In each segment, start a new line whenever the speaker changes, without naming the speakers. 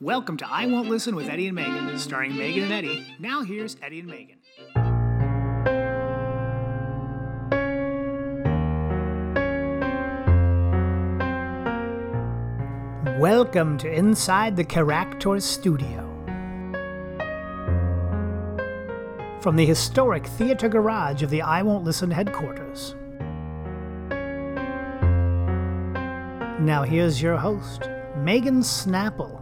Welcome to I Won't Listen with Eddie and Megan, starring Megan and Eddie. Now here's Eddie and Megan. Welcome to Inside the Caractor Studio. From the historic theater garage of the I Won't Listen headquarters. Now here's your host, Megan Snapple.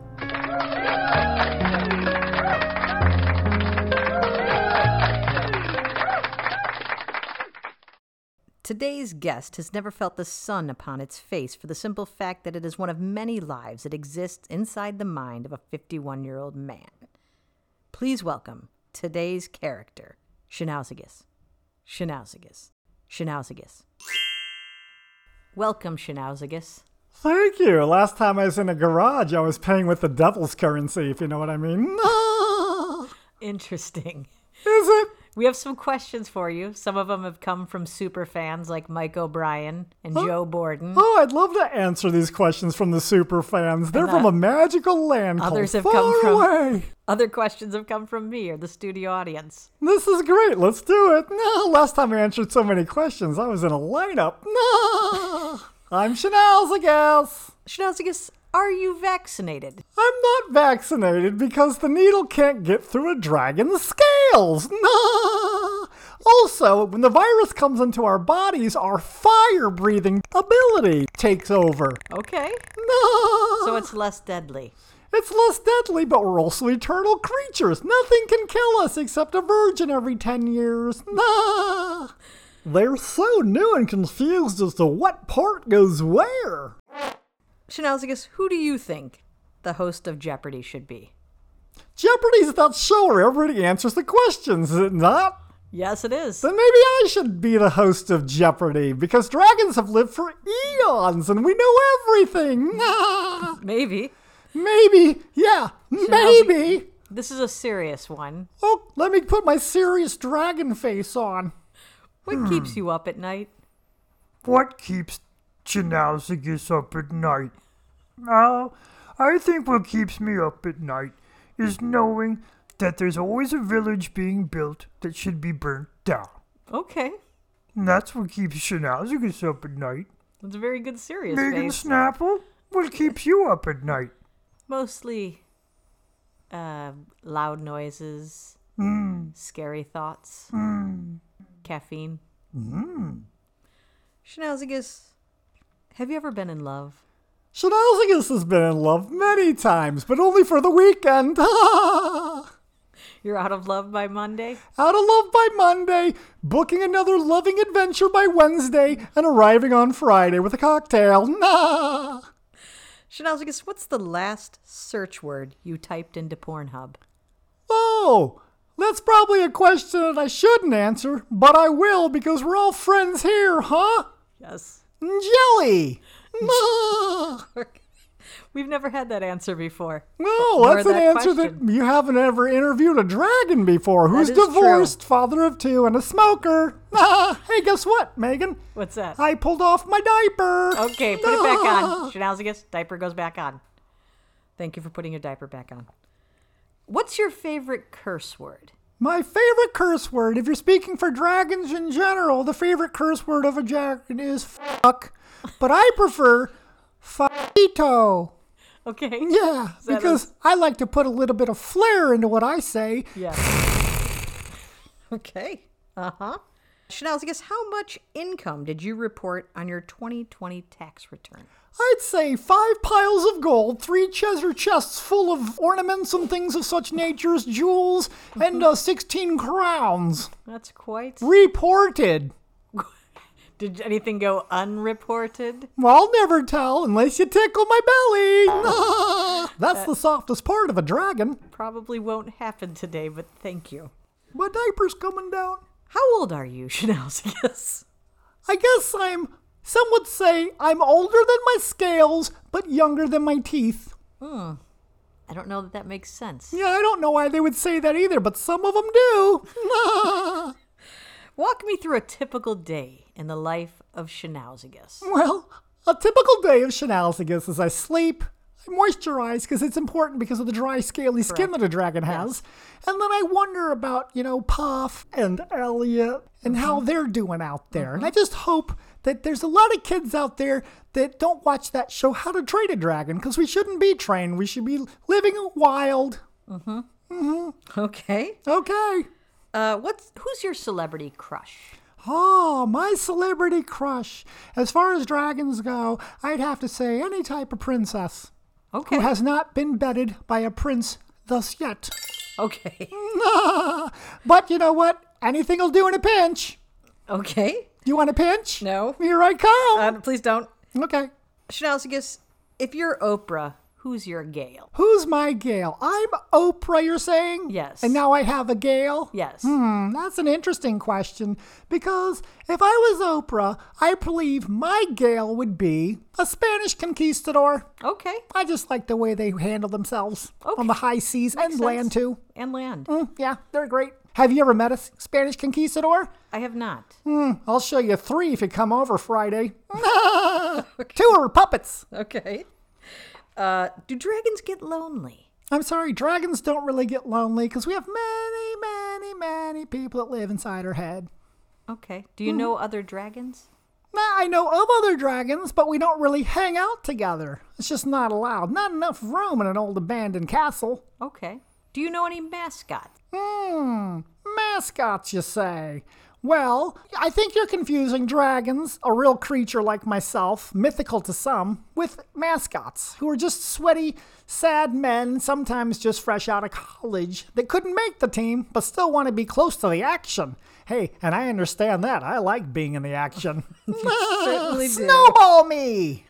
Today's guest has never felt the sun upon its face for the simple fact that it is one of many lives that exists inside the mind of a 51 year old man. Please welcome today's character, Shinausagus. Shinausagus. Shinausagus. Welcome, Shinausagus.
Thank you. Last time I was in a garage, I was paying with the devil's currency, if you know what I mean.
Interesting.
Is it?
We have some questions for you. Some of them have come from super fans like Mike O'Brien and Joe Borden.
Oh, I'd love to answer these questions from the super fans. They're from a magical land
Others have
called
come
far
from-
away.
Other questions have come from me or the studio audience.
This is great. Let's do it. No, last time I answered so many questions, I was in a lineup. No, I'm Chanel's, I guess.
Schnauzagus, are you vaccinated?
I'm not vaccinated because the needle can't get through a dragon's scales. Nah. Also, when the virus comes into our bodies, our fire breathing ability takes over.
Okay.
Nah.
So it's less deadly.
it's less deadly, but we're also eternal creatures. Nothing can kill us except a virgin every 10 years. Nah. They're so new and confused as to what part goes where.
Schnauzagus, who do you think the host of Jeopardy should be?
Jeopardy's that show where everybody answers the questions, is it not?
Yes, it is.
Then maybe I should be the host of Jeopardy because dragons have lived for eons and we know everything. Ah,
Maybe.
maybe, yeah, maybe.
This is a serious one.
Oh, let me put my serious dragon face on.
What keeps you up at night?
What keeps Chinousagus up at night? Oh, I think what keeps me up at night is knowing that there's always a village being built that should be burnt down.
Okay.
And that's what keeps Chinousagus up at night.
That's a very good serious
Megan
face.
Snapple, what keeps you up at night?
Mostly uh, loud noises, Hmm. scary thoughts, Hmm. caffeine. Hmm. Schnauzagus, have you ever been in love?
Shenanigans has been in love many times, but only for the weekend. Ah.
You're out of love by Monday?
Out of love by Monday, booking another loving adventure by Wednesday, and arriving on Friday with a cocktail. Nah.
Schnauzagus, what's the last search word you typed into Pornhub?
Oh, that's probably a question that I shouldn't answer, but I will because we're all friends here, huh?
Yes.
Jelly! Ah.
We've never had that answer before.
No,
Or
that's an
that
answer
question.
that you haven't ever interviewed a dragon before who's
is true.
divorced, father of two, and a smoker. Ah, hey, guess what, Megan?
What's that?
I pulled off my diaper.
Okay, put it back
Ah.
on. Schnauzagus, diaper goes back on. Thank you for putting your diaper back on. What's your favorite curse word?
My favorite curse word, if you're speaking for dragons in general, the favorite curse word of a dragon is fuck. But I prefer fuckito.
Okay.
Yeah,
that
because I like to put a little bit of flair into what I say.
Yeah. okay. Uh huh. Schnauzagus, how much income did you report on your 2020 tax return?
I'd say five piles of gold, three Cheshire chests full of ornaments and things of such nature as jewels, and uh, 16 crowns.
That's quite.
Reported.
Did anything go unreported?
Well, I'll never tell unless you tickle my belly. Ah, That's the softest part of a dragon.
Probably won't happen today, but thank you.
My diaper's coming down.
How old are you, Schnauzagus?
I guess I'm, some would say, I'm older than my scales, but younger than my teeth.
I don't know that that makes sense.
Yeah, I don't know why they would say that either, but some of them do.
Walk me through a typical day in the life of Schnauzagus.
well, a typical day of shenanigans is I sleep, I moisturize because it's important because of the dry, scaly skin that a dragon has. And then I wonder about, you know, Puff and Elliot and how they're doing out there. And I just hope that there's a lot of kids out there that don't watch that show, How to Train a Dragon, because we shouldn't be trained. We should be living wild.
Okay.
Okay.
Uh, what's who's your celebrity crush?
Oh, my celebrity crush. As far as dragons go, I'd have to say any type of princess
Okay.
who has not been bedded by a prince thus yet.
okay.
But you know what? Anything will do in a pinch.
Okay.
You want a pinch?
No.
Here I come.
Uh, please don't.
okay.
Schnauzigis, if you're Oprah, who's your Gale?
Who's my Gale? I'm Oprah, you're saying?
Yes.
And now I have a Gale?
Yes.
Hmm, that's an interesting question because if I was Oprah, I believe my Gale would be a Spanish conquistador.
Okay.
I just like the way they handle themselves
Okay.
on the high seas and land
sense.
too.
And land.
Mm, yeah, they're great. Have you ever met a S- Spanish conquistador?
I have not.
I'll show you three if you come over Friday. Two are puppets.
Okay. Uh, do dragons get lonely?
I'm sorry, dragons don't really get lonely because we have many, many, many people that live inside our head.
Okay. Hmm. Do you know other dragons?
Nah, I know of other dragons, but we don't really hang out together. It's just not allowed. Not enough room in an old abandoned castle.
Okay. Do you know any mascots?
Hmm, mascots, you say? Well, I think you're confusing dragons, a real creature like myself, mythical to some, with mascots who are just sweaty, sad men, sometimes just fresh out of college, that couldn't make the team but still want to be close to the action. Hey, and I understand that. I like being in the action.
Certainly do.
Snowball me!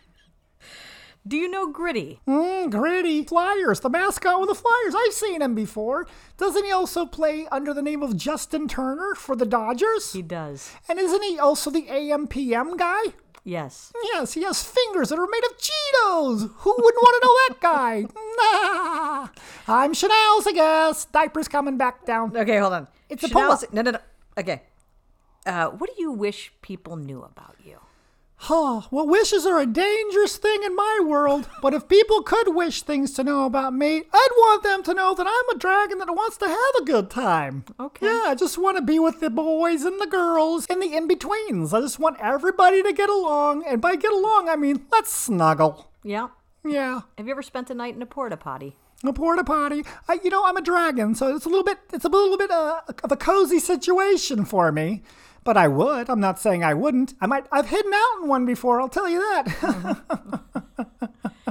Do you know Gritty?
Mm, gritty. Flyers, the mascot with the Flyers. I've seen him before. Doesn't he also play under the name of Justin Turner for the Dodgers?
He does.
And isn't he also the AMPM guy?
Yes.
Yes, he has fingers that are made of Cheetos. Who wouldn't want to know that guy? Nah. I'm Chanel's, I guess. Diapers coming back down.
Okay, hold on. It's
a pull-up.
No, no, no. Okay. Uh, what do you wish people knew about you?
Oh, well, wishes are a dangerous thing in my world, but if people could wish things to know about me, I'd want them to know that I'm a dragon that wants to have a good time.
Okay.
Yeah, I just want to be with the boys and the girls and the in betweens. I just want everybody to get along, and by get along, I mean let's snuggle.
Yeah.
Yeah,
Have you ever spent a night in a porta potty?
a porta potty. I, you know, I'm a dragon, so it's a little bit, it's a little bit uh, of a cozy situation for me. But I would. I'm not saying I wouldn't. I might. I've hidden out in one before. I'll tell you that.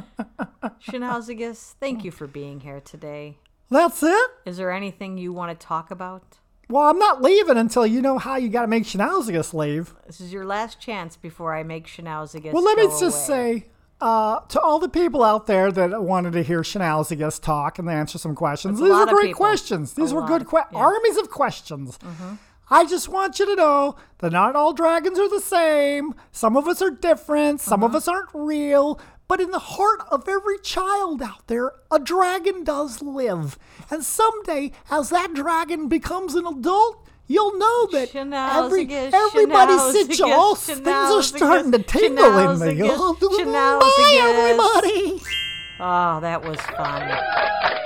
Shinauzigus, thank you for being here today.
That's it?
Is there anything you want to talk about?
Well, I'm not leaving until you know how you got to make Schnauzigis leave.
This is your last chance before I make Shinauzigus.
Well, let me
go
just
away.
say uh, to all the people out there that wanted to hear Schnauzigis talk and answer some questions,
That's a
these were
lot of
great
people.
questions. These
A
were
lot
good
of-
questions.
yeah. Mm-hmm.
Armies of questions. I just want you to know that not all dragons are the same. Some of us are different. Some
Mm-hmm.
of us aren't real. But in the heart of every child out there, a dragon does live. And someday, as that dragon becomes an adult, you'll know that every,
Shenanigans,
everybody sits you all things
shenanigans,
are starting to
shenanigans,
tingle in me.
shenanigans, shenanigans.
Oh, Bye, everybody.
Oh, that was fun.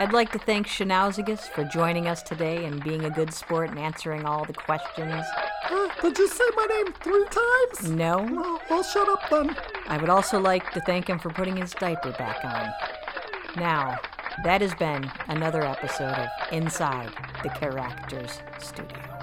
I'd like to thank Shinauzigus for joining us today and being a good sport and answering all the questions.
Huh? Did you say my name three times?
No,
Well, well, shut up then.
I would also like to thank him for putting his diaper back on. Now, that has been another episode of Inside the Characters Studio.